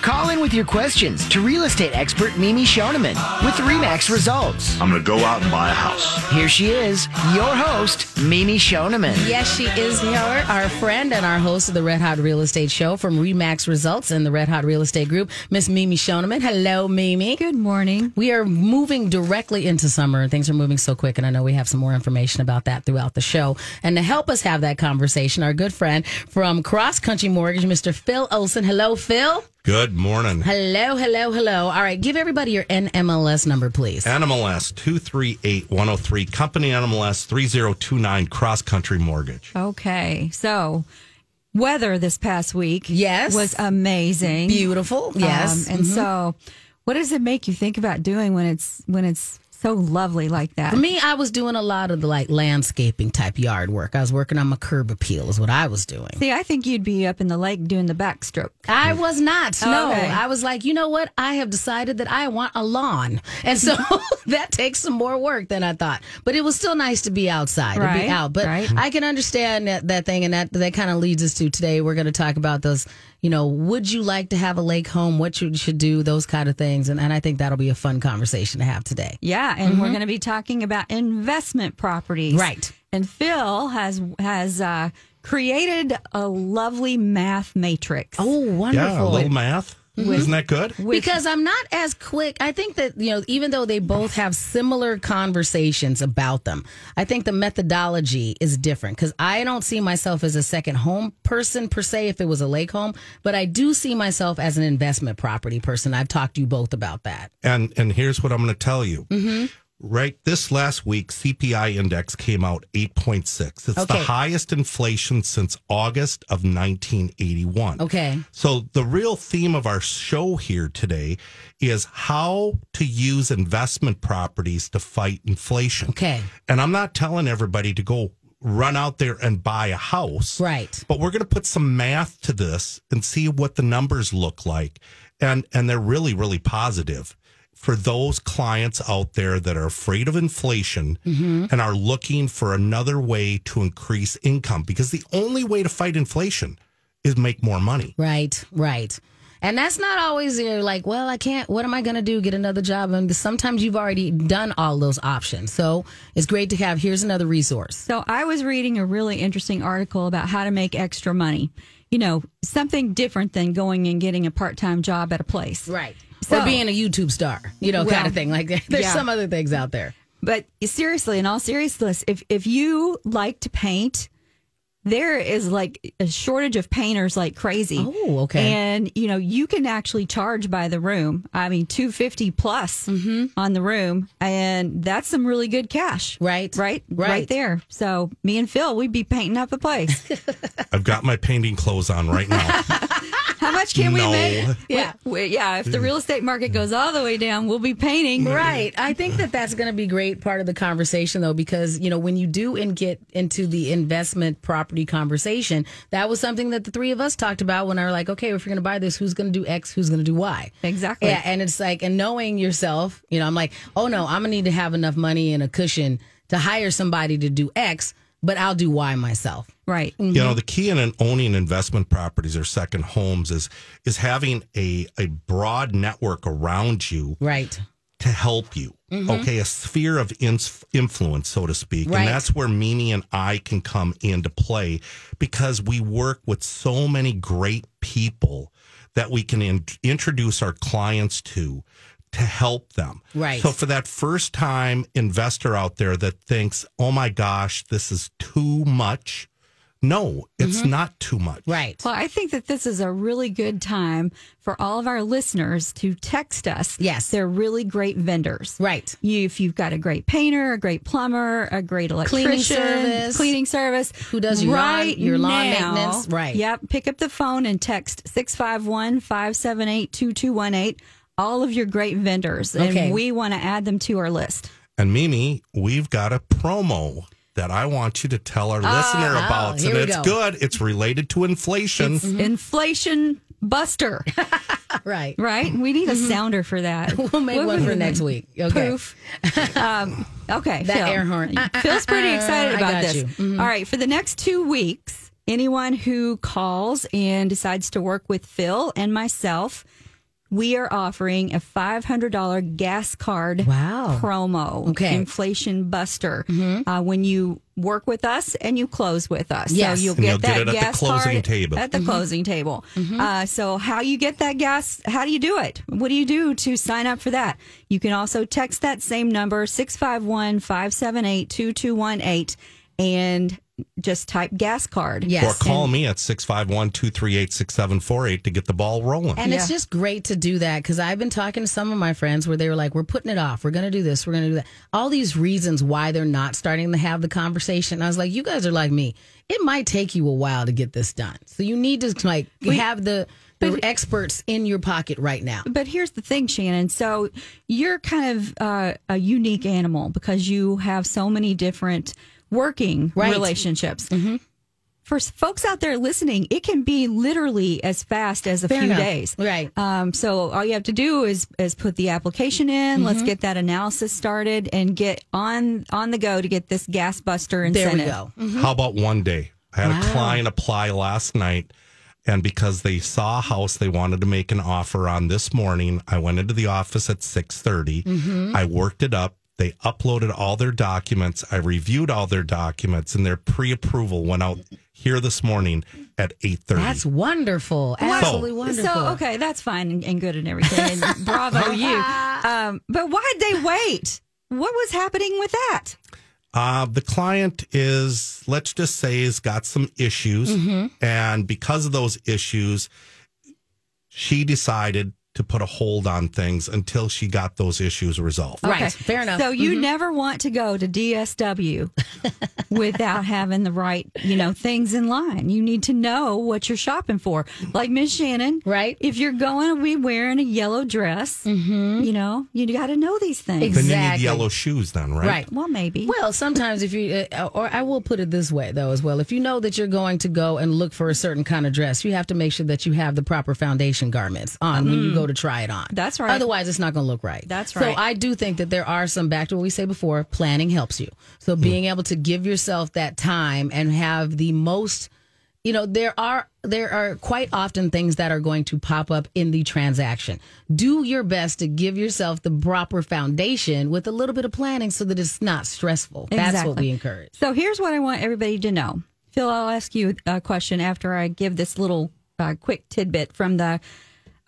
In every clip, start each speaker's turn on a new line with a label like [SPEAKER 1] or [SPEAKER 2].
[SPEAKER 1] Call in with your questions to real estate expert Mimi Shoneman with REMAX results.
[SPEAKER 2] I'm going to go out and buy a house.
[SPEAKER 1] Here she is, your host, Mimi Shoneman.
[SPEAKER 3] Yes, she is here, our friend and our host of the Red Hot Real Estate Show from Remax Results and the Red Hot Real Estate Group, Miss Mimi Shoneman. Hello, Mimi.
[SPEAKER 4] Good morning.
[SPEAKER 3] We are moving directly into summer and things are moving so quick. And I know we have some more information about that throughout the show. And to help us have that conversation, our good friend from Cross Country Mortgage, Mr. Phil Olson. Hello, Phil.
[SPEAKER 5] Good morning.
[SPEAKER 3] Hello, hello, hello. All right, give everybody your NMLS number, please.
[SPEAKER 5] NMLS 238103, company NMLS 3029, cross country mortgage.
[SPEAKER 4] Okay. So, weather this past week
[SPEAKER 3] Yes.
[SPEAKER 4] was amazing.
[SPEAKER 3] Beautiful. Yes.
[SPEAKER 4] Um, and so, what does it make you think about doing when it's when it's so lovely like that?
[SPEAKER 3] For me, I was doing a lot of the like landscaping type yard work. I was working on my curb appeal, is what I was doing.
[SPEAKER 4] See, I think you'd be up in the lake doing the backstroke.
[SPEAKER 3] I was not. No,
[SPEAKER 4] Mm. Oh, Okay.
[SPEAKER 3] I was like, you know what? I have decided that I want a lawn. And so that takes some more work than I thought. But it was still nice to be outside, to
[SPEAKER 4] Right,
[SPEAKER 3] be out. But
[SPEAKER 4] right.
[SPEAKER 3] I can understand that, that thing. And that, that kind of leads us to today. We're going to talk about those, you know, would you like to have a lake home? What you should do, those kind of things. And, and I think that'll be a fun conversation to have today.
[SPEAKER 4] Yeah, and we're going to be talking about investment properties.
[SPEAKER 3] Right.
[SPEAKER 4] And Phil has has uh, created a lovely math matrix.
[SPEAKER 3] Oh, wonderful.
[SPEAKER 5] Yeah, a little math. Isn't that good?
[SPEAKER 3] because I'm not as quick. I think that, you know, even though they both have similar conversations about them, I think the methodology is different because I don't see myself as a second home person per se if it was a lake home, but I do see myself as an investment property person. I've talked to you both about that.
[SPEAKER 5] And and here's what I'm going to tell you.
[SPEAKER 3] Mm-hmm.
[SPEAKER 5] Right, this last week CPI index came out 8.6. It's
[SPEAKER 3] Okay.
[SPEAKER 5] the highest inflation since August of 1981.
[SPEAKER 3] Okay.
[SPEAKER 5] So the real theme of our show here today is how to use investment properties to fight inflation.
[SPEAKER 3] Okay.
[SPEAKER 5] And I'm not telling everybody to go run out there and buy a house.
[SPEAKER 3] Right.
[SPEAKER 5] But we're going to put some math to this and see what the numbers look like. And and they're really really positive for those clients out there that are afraid of inflation and are looking for another way to increase income because the only way to fight inflation is make more money.
[SPEAKER 3] Right, right. And that's not always you're like, well, I can't. What am I going to do? Get another job? And sometimes you've already done all those options. So it's great to have. Here's another resource.
[SPEAKER 4] So I was reading a really interesting article about how to make extra money. You know, something different than going and getting a part-time job at a place.
[SPEAKER 3] Right.
[SPEAKER 4] So-
[SPEAKER 3] or being a YouTube star, you know,
[SPEAKER 4] Well,
[SPEAKER 3] kind of thing. Like that. there's
[SPEAKER 4] yeah.
[SPEAKER 3] some other things out there.
[SPEAKER 4] But seriously, in all seriousness, if if you like to paint, there is like a shortage of painters like crazy.
[SPEAKER 3] Oh, okay.
[SPEAKER 4] And you know, you can actually charge by the room. I mean, 250 plus
[SPEAKER 3] Mm-hmm.
[SPEAKER 4] on the room, and that's some really good cash.
[SPEAKER 3] Right.
[SPEAKER 4] Right?
[SPEAKER 3] Right.
[SPEAKER 4] there. So, me and Phil, we'd be painting up a place.
[SPEAKER 5] I've got my painting clothes on right now.
[SPEAKER 4] How much can we
[SPEAKER 5] No.
[SPEAKER 4] make?
[SPEAKER 3] Yeah.
[SPEAKER 4] We- yeah, if the real estate market goes all the way down, we'll be painting.
[SPEAKER 3] Right. I think that that's going to be great part of the conversation though because, you know, when you do and get into the investment property conversation, that was something that the three of us talked about when I were like, okay, if you're going to buy this, who's going to do X, who's going to do Y?
[SPEAKER 4] Exactly.
[SPEAKER 3] Yeah, and it's like and knowing yourself, you know, I'm like, "Oh no, I'm going to need to have enough money and a cushion to hire somebody to do X, but I'll do Y myself."
[SPEAKER 4] Right.
[SPEAKER 5] you know the key in an owning investment properties or second homes is is having a a broad network around you
[SPEAKER 3] Right.
[SPEAKER 5] to help you okay a sphere of ins- influence so to speak
[SPEAKER 3] Mm-hmm. Right.
[SPEAKER 5] and that's where mimi and i can come into play because we work with so many great people that we can in- introduce our clients to to help them
[SPEAKER 3] Right.
[SPEAKER 5] so for that first time investor out there that thinks oh my gosh this is too much no it's not too much
[SPEAKER 3] Mm-hmm. Right.
[SPEAKER 4] Well, I think that this is a really good time for all of our listeners to text us.
[SPEAKER 3] Yes.
[SPEAKER 4] They're really great vendors.
[SPEAKER 3] Right.
[SPEAKER 4] You, if you've got a great painter, a great plumber, a great electrician,
[SPEAKER 3] service.
[SPEAKER 4] cleaning service,
[SPEAKER 3] Who does your lawn-
[SPEAKER 4] right
[SPEAKER 3] your lawn
[SPEAKER 4] now,
[SPEAKER 3] maintenance, right.
[SPEAKER 4] Yep. Pick up the phone and text 651 578 2218. All of your great vendors.
[SPEAKER 3] Okay.
[SPEAKER 4] And we want to add them to our list.
[SPEAKER 5] And Mimi, we've got a promo that I want you to tell our listener about.
[SPEAKER 3] Ah, here
[SPEAKER 5] and
[SPEAKER 3] we
[SPEAKER 5] it's
[SPEAKER 3] go. Mm-hmm.
[SPEAKER 5] good. It's related to inflation.
[SPEAKER 4] Inflation Buster,
[SPEAKER 3] Right.
[SPEAKER 4] right? We need a sounder for that.
[SPEAKER 3] Mm-hmm. We'll make
[SPEAKER 4] What
[SPEAKER 3] one
[SPEAKER 4] was
[SPEAKER 3] for
[SPEAKER 4] it?
[SPEAKER 3] next week. Okay.
[SPEAKER 4] Poof. um, okay.
[SPEAKER 3] That
[SPEAKER 4] Phil.
[SPEAKER 3] air horn. Uh, uh,
[SPEAKER 4] Phil's pretty
[SPEAKER 3] uh,
[SPEAKER 4] excited
[SPEAKER 3] I
[SPEAKER 4] about
[SPEAKER 3] got
[SPEAKER 4] this.
[SPEAKER 3] you. Mm-hmm.
[SPEAKER 4] All right. For the next two weeks, anyone who calls and decides to work with Phil and myself, we are offering a $500 gas card
[SPEAKER 3] Wow.
[SPEAKER 4] promo.
[SPEAKER 3] Okay. Mm-hmm.
[SPEAKER 4] Inflation buster. Uh, when you work with us and you close with us.
[SPEAKER 3] Yes.
[SPEAKER 4] So you'll
[SPEAKER 5] And you'll
[SPEAKER 4] get
[SPEAKER 5] get
[SPEAKER 4] that
[SPEAKER 5] it at the
[SPEAKER 4] gas
[SPEAKER 5] closing
[SPEAKER 4] card
[SPEAKER 5] table. Mm-hmm.
[SPEAKER 4] At the closing table. Uh, so how you get that gas? How do you do it? What do you do to sign up for that? You can also text that same number 651-578-2218 and just type gas card.
[SPEAKER 5] Or
[SPEAKER 3] Yes.
[SPEAKER 5] call me at 651 238 6748 to get the ball rolling.
[SPEAKER 3] And it's just great to do that because I've been talking to some of my friends where they were like, we're putting it off. We're going to do this. We're going to do that. All these reasons why they're not starting to have the conversation. And I was like, you guys are like me. It might take you a while to get this done. So you need to like have the, the experts in your pocket right now.
[SPEAKER 4] But here's the thing, Shannon. So you're kind of uh, a unique animal because you have so many different working
[SPEAKER 3] Right. Mm-hmm.
[SPEAKER 4] relationships. For s- folks out there listening, it can be literally as fast as a
[SPEAKER 3] Fair
[SPEAKER 4] few
[SPEAKER 3] enough.
[SPEAKER 4] days.
[SPEAKER 3] Right.
[SPEAKER 4] Um, so all you have to do is is put the application in.
[SPEAKER 3] Mm-hmm.
[SPEAKER 4] Let's get that analysis started and get on on the go to get this gas buster
[SPEAKER 3] There we
[SPEAKER 4] incentive.
[SPEAKER 3] go.
[SPEAKER 5] Mm-hmm. How about one day? I had a client apply last night, and because they saw a house they wanted to make an offer on this morning, I went into the office at six I worked it up. They uploaded all their documents. I reviewed all their documents, and their pre-approval went out here this morning at eight thirty.
[SPEAKER 3] That's wonderful. Absolutely wonderful.
[SPEAKER 4] So okay, that's fine and, and good and everything. And bravo you. Um, but why'd they wait? What was happening with that?
[SPEAKER 5] Uh, the client is, let's just say, has got some issues. And because of those issues, she decided to put a hold on things until she got those issues resolved.
[SPEAKER 4] Oh,
[SPEAKER 3] Right. Fair enough. Mm-hmm.
[SPEAKER 4] So you never want to go to DSW without having the right, you know, things in line. You need to know what you're shopping for. Like Miss Shannon,
[SPEAKER 3] Right.
[SPEAKER 4] If you're going to be wearing a yellow dress,
[SPEAKER 3] Mm-hmm.
[SPEAKER 4] you know, you got to know these things.
[SPEAKER 3] Ex-
[SPEAKER 5] Then you need
[SPEAKER 3] Exactly.
[SPEAKER 5] yellow shoes, then, right?
[SPEAKER 3] Right.
[SPEAKER 4] Well, maybe.
[SPEAKER 3] Well, sometimes if you, uh, or I will put it this way though, as well. If you know that you're going to go and look for a certain kind of dress, you have to make sure that you have the proper foundation garments on when you go to try it on.
[SPEAKER 4] That's right.
[SPEAKER 3] Otherwise, it's not going to look right.
[SPEAKER 4] That's
[SPEAKER 3] So
[SPEAKER 4] right.
[SPEAKER 3] I do think that there are some back to what we say before planning helps you. So being able to give yourself that time and have the most you know there are there are quite often things that are going to pop up in the transaction do your best to give yourself the proper foundation with a little bit of planning so that it's not stressful that's what
[SPEAKER 4] Exactly.
[SPEAKER 3] we encourage
[SPEAKER 4] So here's what I want everybody to know. Phil, I'll ask you a question after I give this little uh, quick tidbit from the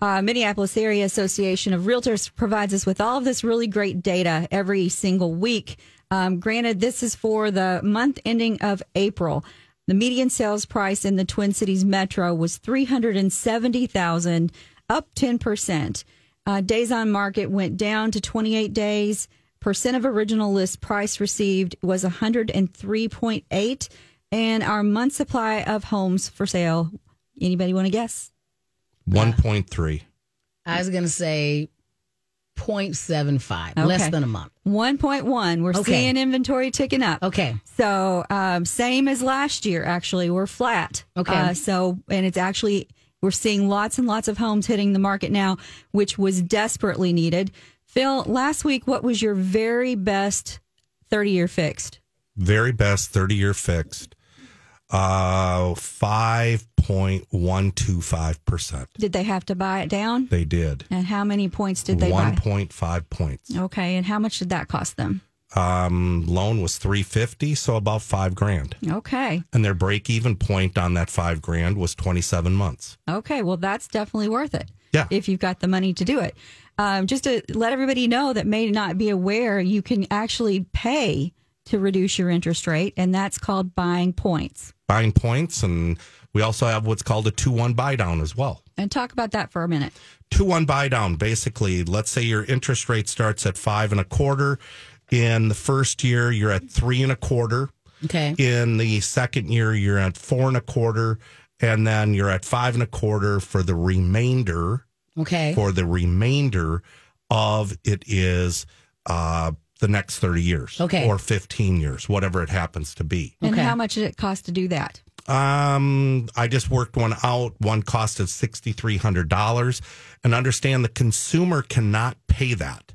[SPEAKER 4] uh, Minneapolis Area Association of Realtors provides us with all of this really great data every single week. Um, granted, this is for the month ending of April. The median sales price in the Twin Cities Metro was three hundred and seventy thousand, up ten percent. Uh, days on market went down to twenty eight days. Percent of original list price received was one hundred and three point eight, and our month supply of homes for sale. Anybody want to guess?
[SPEAKER 5] 1.3.
[SPEAKER 3] i was going to say 0.75 less
[SPEAKER 4] Okay.
[SPEAKER 3] than a month
[SPEAKER 4] 1.1. We're
[SPEAKER 3] Okay.
[SPEAKER 4] seeing inventory ticking up.
[SPEAKER 3] okay
[SPEAKER 4] So, um, same as last year, actually. We're flat.
[SPEAKER 3] Okay.
[SPEAKER 4] Uh, so, and it's actually, we're seeing lots and lots of homes hitting the market now, which was desperately needed. Phil, last week, what was your very best 30 year fixed?
[SPEAKER 5] Very best 30 year fixed. Uh, 5.125%.
[SPEAKER 4] Did they have to buy it down?
[SPEAKER 5] They did.
[SPEAKER 4] And how many points did they buy?
[SPEAKER 5] 1.5 points.
[SPEAKER 4] Okay. And how much did that cost them?
[SPEAKER 5] Um, loan was 350, so about five grand.
[SPEAKER 4] Okay.
[SPEAKER 5] and their break even point on that five grand was 27 months.
[SPEAKER 4] Okay, well, that's definitely worth it.
[SPEAKER 5] Yeah.
[SPEAKER 4] If you've got the money to do it. Um, just to let everybody know that may not be aware, you can actually pay to reduce your interest rate, and that's called buying points.
[SPEAKER 5] Buying points, and we also have what's called a 2 1 buy down as well.
[SPEAKER 4] And talk about that for a minute.
[SPEAKER 5] 2 1 buy down, basically, let's say your interest rate starts at five and a quarter. In the first year, you're at three and a quarter.
[SPEAKER 3] okay
[SPEAKER 5] In the second year, you're at four and a quarter. And then you're at five and a quarter for the remainder.
[SPEAKER 3] okay
[SPEAKER 5] For the remainder of it is uh, the next 30 years
[SPEAKER 3] Okay. Mm.
[SPEAKER 5] or 15 years, whatever it happens to be.
[SPEAKER 4] And
[SPEAKER 3] Okay.
[SPEAKER 4] how much did it cost to do that?
[SPEAKER 5] Um, I just worked one out. One cost of sixty three hundred dollars, and understand the consumer cannot pay that.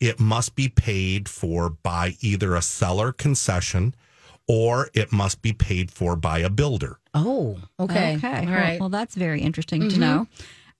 [SPEAKER 5] It must be paid for by either a seller concession, or it must be paid for by a builder.
[SPEAKER 3] Oh, okay.
[SPEAKER 4] Okay.
[SPEAKER 3] All
[SPEAKER 4] Well-
[SPEAKER 3] right. Mm-hmm.
[SPEAKER 4] Well, that's very interesting to know.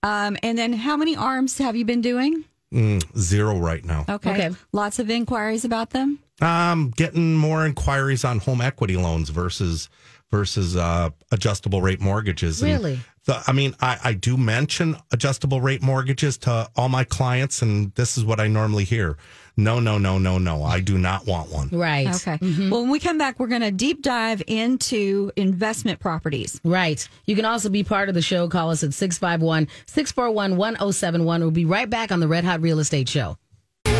[SPEAKER 4] Um, and then how many arms have you been doing?
[SPEAKER 5] Mm, Zero right now.
[SPEAKER 4] Okay.
[SPEAKER 3] Okay.
[SPEAKER 4] Lots of inquiries about them.
[SPEAKER 5] Um, getting more inquiries on home equity loans versus versus uh, adjustable rate mortgages. And
[SPEAKER 3] Really?
[SPEAKER 5] The, I mean, I, I do mention adjustable rate mortgages to all my clients, and this is what I normally hear: No, no, no, no, no. I do not want one.
[SPEAKER 3] Right.
[SPEAKER 4] Okay.
[SPEAKER 3] mm-hmm.
[SPEAKER 4] Well, when we come back, we're going to deep dive into investment properties.
[SPEAKER 3] Right. You can also be part of the show. Call us at 651 641 1071. We'll be right back on the Red Hot Real Estate Show.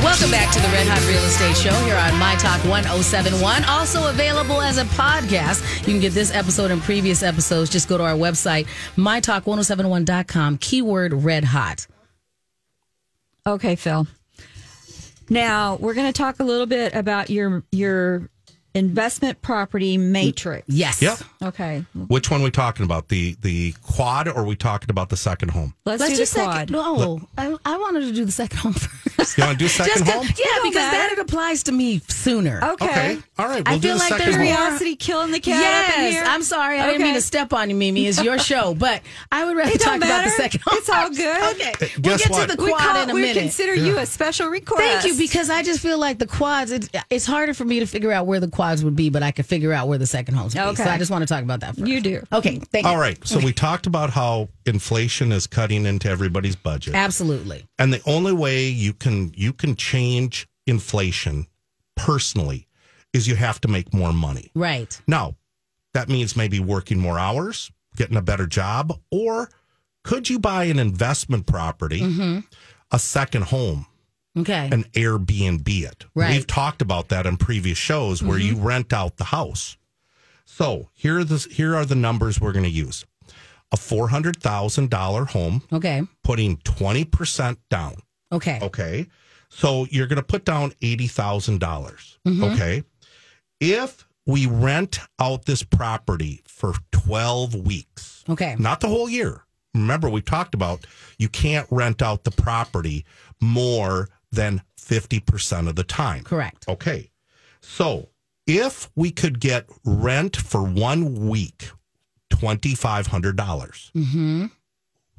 [SPEAKER 3] Welcome back to the Red Hot Real Estate Show here on My Talk 1071. Also available as a podcast. You can get this episode and previous episodes. Just go to our website, mytalk1071.com, keyword red hot.
[SPEAKER 4] Okay, Phil. Now we're going to talk a little bit about your your investment property matrix.
[SPEAKER 3] Yes.
[SPEAKER 5] Yep.
[SPEAKER 4] Okay,
[SPEAKER 5] Which one we talking about? The the quad, or we talking about the second home?
[SPEAKER 4] let's,
[SPEAKER 3] Let's
[SPEAKER 4] do,
[SPEAKER 3] do
[SPEAKER 4] the quad.
[SPEAKER 3] second. No, I, I wanted to do the second home first.
[SPEAKER 5] You want to do
[SPEAKER 3] Just
[SPEAKER 5] second
[SPEAKER 3] 'cause-
[SPEAKER 5] home?
[SPEAKER 3] Yeah,
[SPEAKER 4] don't
[SPEAKER 3] because that it
[SPEAKER 4] matter.
[SPEAKER 3] applies to me sooner.
[SPEAKER 4] Okay.
[SPEAKER 5] All right.
[SPEAKER 3] I
[SPEAKER 5] We'll do
[SPEAKER 3] feel
[SPEAKER 5] the
[SPEAKER 3] like
[SPEAKER 5] second
[SPEAKER 3] there's
[SPEAKER 5] home.
[SPEAKER 3] more-
[SPEAKER 4] Curiosity killing the cat up in
[SPEAKER 3] yes,
[SPEAKER 4] here.
[SPEAKER 3] I'm sorry. I didn't
[SPEAKER 4] Okay.
[SPEAKER 3] mean to step on you, Mimi. It's your show, but I would rather
[SPEAKER 4] It
[SPEAKER 3] talk
[SPEAKER 4] don't
[SPEAKER 3] about
[SPEAKER 4] matter.
[SPEAKER 3] the second.
[SPEAKER 4] It's all good.
[SPEAKER 3] Okay,
[SPEAKER 5] Hey,
[SPEAKER 3] we'll
[SPEAKER 5] guess
[SPEAKER 3] get
[SPEAKER 5] what?
[SPEAKER 3] to the
[SPEAKER 4] We,
[SPEAKER 3] quad
[SPEAKER 4] call,
[SPEAKER 3] in a
[SPEAKER 4] we
[SPEAKER 3] minute.
[SPEAKER 4] consider you a special request.
[SPEAKER 3] Thank you, because I just feel like the quads. It, it's harder for me to figure out where the quads would be, but I could figure out where the second homes would be.
[SPEAKER 4] Okay.
[SPEAKER 3] So I just want to talk about that. First.
[SPEAKER 4] You do.
[SPEAKER 3] Okay. Thank you.
[SPEAKER 5] All right. So we talked about how inflation is cutting into everybody's budget.
[SPEAKER 3] Absolutely.
[SPEAKER 5] and the only way you can you can change inflation personally is you have to make more money
[SPEAKER 3] Right.
[SPEAKER 5] now that means maybe working more hours getting a better job or could you buy an investment property a second home
[SPEAKER 3] Okay.
[SPEAKER 5] an airbnb it
[SPEAKER 3] Right.
[SPEAKER 5] we've talked about that in previous shows where you rent out the house so here are the here are the numbers we're going to use a $400000 home
[SPEAKER 3] okay.
[SPEAKER 5] putting 20% down
[SPEAKER 3] Okay.
[SPEAKER 5] Okay. So you're going to put down $80,000. dollars
[SPEAKER 3] Mm-hmm.
[SPEAKER 5] Okay. If we rent out this property for 12 weeks,
[SPEAKER 3] Okay.
[SPEAKER 5] not the whole year. Remember, we talked about you can't rent out the property more than 50% of the time.
[SPEAKER 3] Correct.
[SPEAKER 5] Okay. So if we could get rent for one week, $2,500. dollars
[SPEAKER 3] Mm-hmm.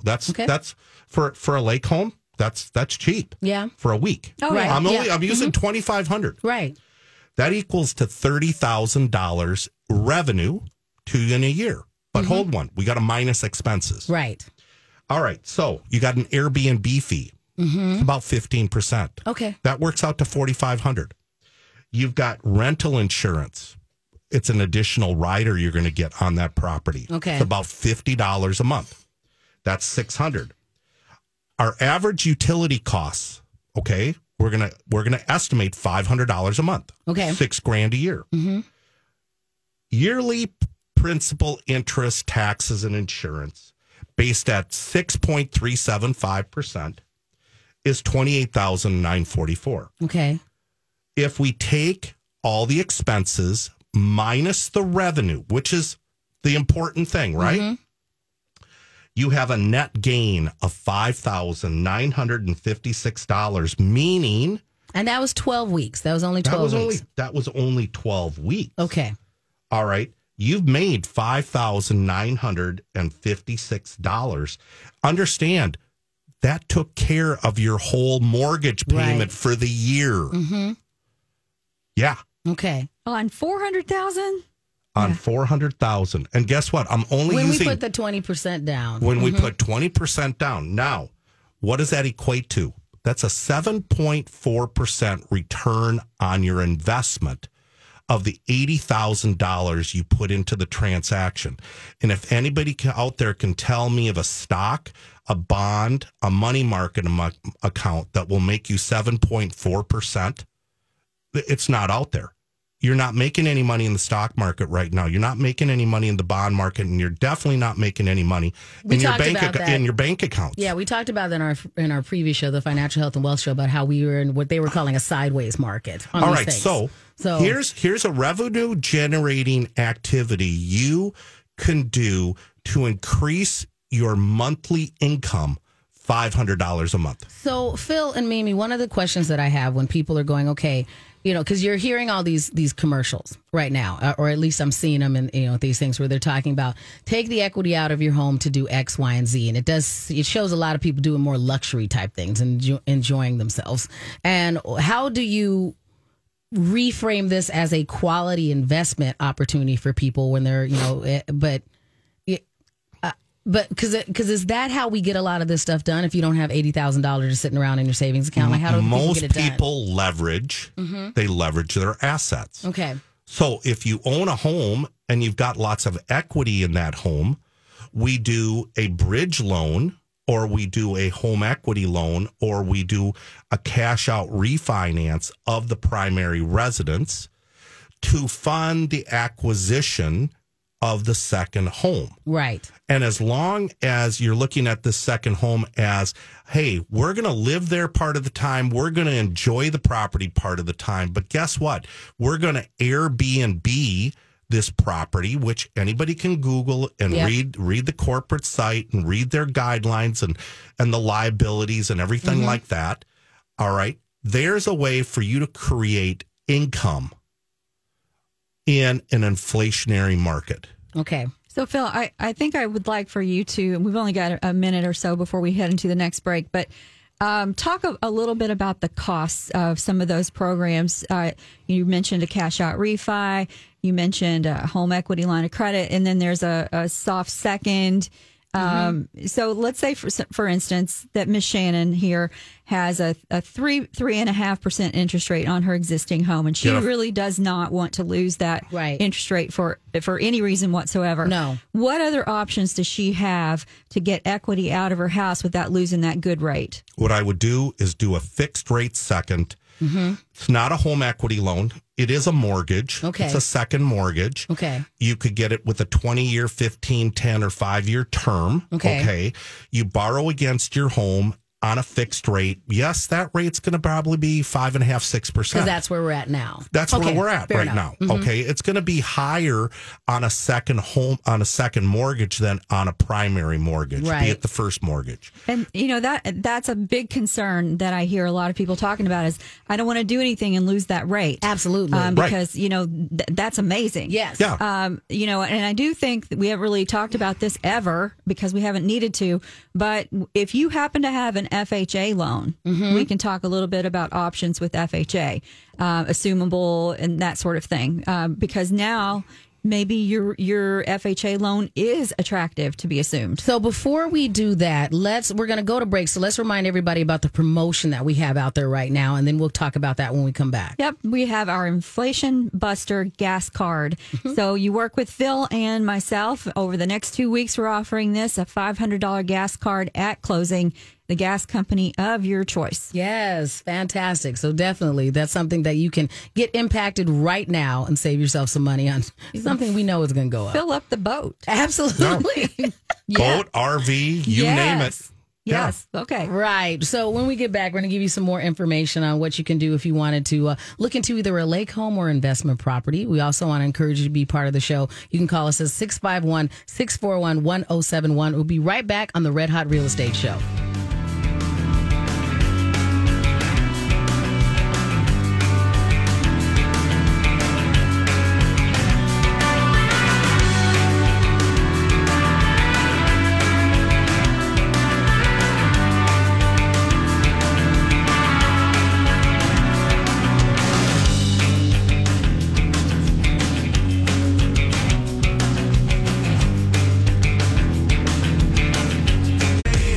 [SPEAKER 5] That's,
[SPEAKER 3] Okay.
[SPEAKER 5] that's for, for a lake home. That's, that's cheap
[SPEAKER 3] Yeah.
[SPEAKER 5] for a week.
[SPEAKER 4] Oh,
[SPEAKER 3] Right.
[SPEAKER 4] yeah.
[SPEAKER 5] I'm only
[SPEAKER 3] Yeah. Mm-hmm.
[SPEAKER 5] I'm using five hundred.
[SPEAKER 3] Right.
[SPEAKER 5] That equals to thirty thousand dollars revenue to you in a year. But hold one, we got to minus expenses.
[SPEAKER 3] Mm-hmm. Right.
[SPEAKER 5] All right, so you got an Airbnb fee, It's
[SPEAKER 3] Mm-hmm.
[SPEAKER 5] about fifteen percent.
[SPEAKER 3] Okay.
[SPEAKER 5] That works out to forty five hundred. You've got rental insurance. It's an additional rider you're going to get on that property.
[SPEAKER 3] Okay.
[SPEAKER 5] it's about fifty dollars a month. That's six hundred. Our average utility costs. Okay, we're gonna we're gonna estimate five hundred dollars a month.
[SPEAKER 3] Okay.
[SPEAKER 5] six grand a year. Yearly principal, interest, taxes, and insurance, based at six point three seven five percent, is twenty eight thousand nine forty four
[SPEAKER 3] Okay.
[SPEAKER 5] if we take all the expenses minus the revenue, which is the important thing, right?
[SPEAKER 3] Mm-hmm.
[SPEAKER 5] You have a net gain of $5,956, meaning
[SPEAKER 3] And that was 12 weeks. That was only 12
[SPEAKER 5] that was
[SPEAKER 3] weeks.
[SPEAKER 5] only that was only 12 weeks.
[SPEAKER 3] okay.
[SPEAKER 5] All right. You've made $5,956. Understand that took care of your whole mortgage payment
[SPEAKER 3] Right. Mm-hmm.
[SPEAKER 5] for the year. Yeah.
[SPEAKER 3] Okay.
[SPEAKER 4] On four hundred thousand.
[SPEAKER 5] on 400,000. And guess what? I'm only
[SPEAKER 3] When we
[SPEAKER 5] using
[SPEAKER 3] put the Mm-hmm. 20% down.
[SPEAKER 5] when we put 20% down. Now, what does that equate to? That's a 7.4% return on your investment of the $80,000 you put into the transaction. And if anybody ca- out there can tell me of a stock, a bond, a money market amo- account that will make you 7.4%, it's not out there. You're not making any money in the stock market right now. You're not making any money in the bond market, and you're definitely not making any money
[SPEAKER 3] We
[SPEAKER 5] in your
[SPEAKER 3] talked
[SPEAKER 5] bank
[SPEAKER 3] about
[SPEAKER 5] acco-
[SPEAKER 3] that.
[SPEAKER 5] in your bank accounts.
[SPEAKER 3] Yeah, we talked about that in our in our previous show, the financial health and wealth show, about how we were in what they were calling a sideways market. on
[SPEAKER 5] All
[SPEAKER 3] these
[SPEAKER 5] right,
[SPEAKER 3] things.
[SPEAKER 5] so,
[SPEAKER 3] so
[SPEAKER 5] here's here's a revenue generating activity you can do to increase your monthly income $500 a month.
[SPEAKER 3] So Phil and Mimi, one of the questions that I have when people are going, okay, you know, because you're hearing all these these commercials right now, uh, or at least I'm seeing them, and you know these things where they're talking about take the equity out of your home to do X, Y, and Z, and it does it shows a lot of people doing more luxury type things and enjo- enjoying themselves. And how do you reframe this as a quality investment opportunity for people when they're you know, eh, but eh, uh, but because because is that how we get a lot of this stuff done? If you don't have eighty thousand dollars sitting around in your savings account, like how do people
[SPEAKER 5] Most
[SPEAKER 3] get it Mm-hmm.
[SPEAKER 5] people leverage, they leverage their assets.
[SPEAKER 3] done? Okay,
[SPEAKER 5] So if you own a home and you've got lots of equity in that home, we do a bridge loan or we do a home equity loan or we do a cash out refinance of the primary residence to fund the acquisition of the second home.
[SPEAKER 3] right,
[SPEAKER 5] And as long as you're looking at this second home as, hey, we're going to live there part of the time, we're going to enjoy the property part of the time. But guess what? We're going to Airbnb this property, which anybody can Google and
[SPEAKER 3] Yeah.
[SPEAKER 5] read read the corporate site and read their guidelines and and the liabilities and everything like that. All right. There's a way for you to create income in an inflationary market.
[SPEAKER 3] okay,
[SPEAKER 4] So, Phil, I, I think I would like for you to, we've only got a minute or so before we head into the next break, but um, talk a, a little bit about the costs of some of those programs. Uh, you mentioned a cash out refi, you mentioned a home equity line of credit, and then there's a, a soft second. Um, So let's say, for, for instance, that Miss Shannon here has a, a three three and a half percent interest rate on her existing home, and she
[SPEAKER 5] Yeah.
[SPEAKER 4] really does not want to lose that
[SPEAKER 3] Right.
[SPEAKER 4] interest rate for for any reason whatsoever.
[SPEAKER 3] No.
[SPEAKER 4] What other options does she have to get equity out of her house without losing that good rate?
[SPEAKER 5] what I would do is do a fixed rate 2nd
[SPEAKER 3] Mm-hmm.
[SPEAKER 5] It's not a home equity loan. It is a mortgage.
[SPEAKER 3] Okay.
[SPEAKER 5] It's a second mortgage.
[SPEAKER 3] okay,
[SPEAKER 5] You could get it with a 20 year, 15, 10, or five year term.
[SPEAKER 3] Okay.
[SPEAKER 5] You borrow against your home on a fixed rate. Yes, that rate's going to probably be five and a half, six
[SPEAKER 3] because
[SPEAKER 5] percent.
[SPEAKER 3] that's where we're at now.
[SPEAKER 5] Uh, That's
[SPEAKER 3] Okay,
[SPEAKER 5] where we're at
[SPEAKER 3] fair
[SPEAKER 5] right
[SPEAKER 3] enough. Mm-hmm.
[SPEAKER 5] now. Okay. It's going to be higher on a second home, on a second mortgage than on a primary mortgage, be
[SPEAKER 3] Right.
[SPEAKER 5] it the first mortgage.
[SPEAKER 4] And you know that that's a big concern that I hear a lot of people talking about is I don't want to do anything and lose that rate.
[SPEAKER 3] Absolutely.
[SPEAKER 4] Um,
[SPEAKER 5] Right.
[SPEAKER 4] because you know th- that's amazing.
[SPEAKER 3] Yes.
[SPEAKER 5] Yeah.
[SPEAKER 4] um, you know, and I do think that we haven't really talked about this ever because we haven't needed to. But if you happen to have an FHA loan, we can talk a little bit about options with FHA, uh, assumable and that sort of thing. Um, because now maybe your your FHA loan is attractive to be assumed.
[SPEAKER 3] So before we do that, let's we're going to go to break. So let's remind everybody about the promotion that we have out there right now, and then we'll talk about that when we come back.
[SPEAKER 4] Yep, we have our inflation buster gas card.
[SPEAKER 5] Mm-hmm.
[SPEAKER 4] So you work with Phil and myself over the next two weeks. We're offering this a five hundred dollar gas card at closing, the gas company of your choice.
[SPEAKER 3] Yes, fantastic. So definitely, that's something that you can get impacted right now and save yourself some money on something we know is going to go up.
[SPEAKER 4] Fill up the boat.
[SPEAKER 3] Absolutely.
[SPEAKER 5] Boat, RV, you name it.
[SPEAKER 4] Yes. Yes. Okay.
[SPEAKER 3] Right. So when we get back, we're going to give you some more information on what you can do if you wanted to uh, look into either a lake home or investment property. We also want to encourage you to be part of the show. You can call us at 651 641 1071. We'll be right back on the Red Hot Real Estate Show.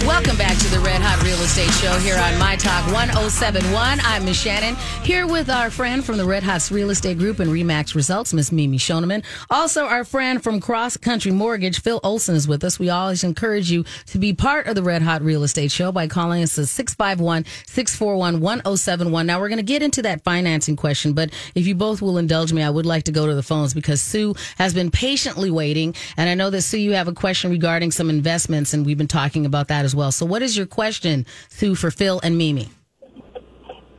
[SPEAKER 3] Welcome back to the Red Hot Real Estate Show here on My Talk 1071. I'm Miss Shannon here with our friend from the Red Hot's Real Estate Group and Remax Results, Miss Mimi Shoneman. Also, our friend from Cross Country Mortgage, Phil Olson, is with us. We always encourage you to be part of the Red Hot Real Estate Show by calling us at 651 641 1071. Now, we're going to get into that financing question, but if you both will indulge me, I would like to go to the phones because Sue has been patiently waiting. And I know that, Sue, you have a question regarding some investments, and we've been talking about that as well. So, what is your question, Sue, for Phil and Mimi?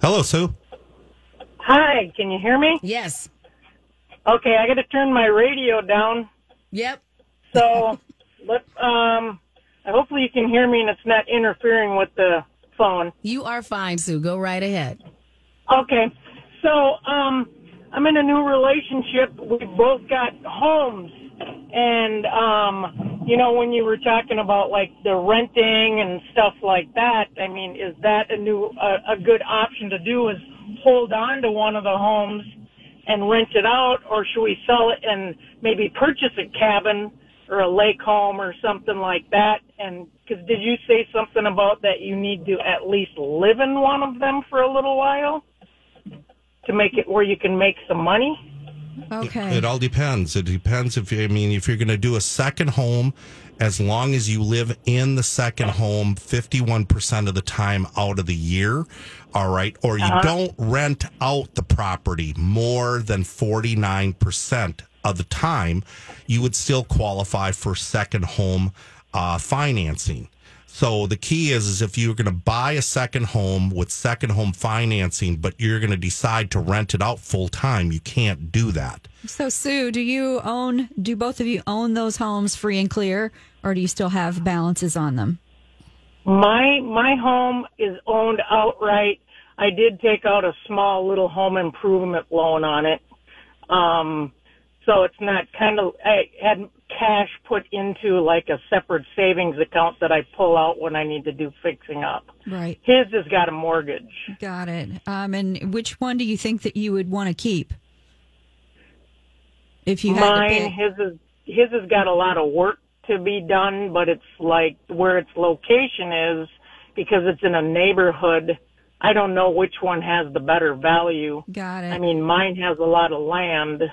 [SPEAKER 5] Hello, Sue.
[SPEAKER 6] Hi, can you hear me?
[SPEAKER 3] Yes.
[SPEAKER 6] Okay, I got to turn my radio down.
[SPEAKER 3] Yep.
[SPEAKER 6] So, let um, hopefully you can hear me and it's not interfering with the phone.
[SPEAKER 3] You are fine, Sue. Go right ahead.
[SPEAKER 6] Okay. So, um, I'm in a new relationship. We've both got homes. And, um, you know, when you were talking about like the renting and stuff like that, I mean, is that a new, a, a good option to do is hold on to one of the homes and rent it out or should we sell it and maybe purchase a cabin or a lake home or something like that? And, cause did you say something about that you need to at least live in one of them for a little while? to make it where you can make some money.
[SPEAKER 4] Okay.
[SPEAKER 5] It all depends. It depends if you, I mean if you're going to do a second home, as long as you live in the second home 51% of the time out of the year, all right, or you don't rent out the property more than 49% of the time, you would still qualify for second home uh, financing. So the key is, is if you're going to buy a second home with second home financing, but you're going to decide to rent it out full time, you can't do that.
[SPEAKER 4] So, Sue, do you own, do both of you own those homes free and clear, or do you still have balances on them?
[SPEAKER 6] My my home is owned outright. I did take out a small little home improvement loan on it. Um so it's not kind of I had cash put into like a separate savings account that I pull out when I need to do fixing up.
[SPEAKER 4] Right.
[SPEAKER 6] His has got a mortgage.
[SPEAKER 4] Got it. Um, and which one do you think that you would want to keep? If you had to
[SPEAKER 6] Mine,
[SPEAKER 4] pick.
[SPEAKER 6] his is his has got a lot of work to be done, but it's like where its location is because it's in a neighborhood. I don't know which one has the better value.
[SPEAKER 4] Got it.
[SPEAKER 6] I mean, mine has a lot of land,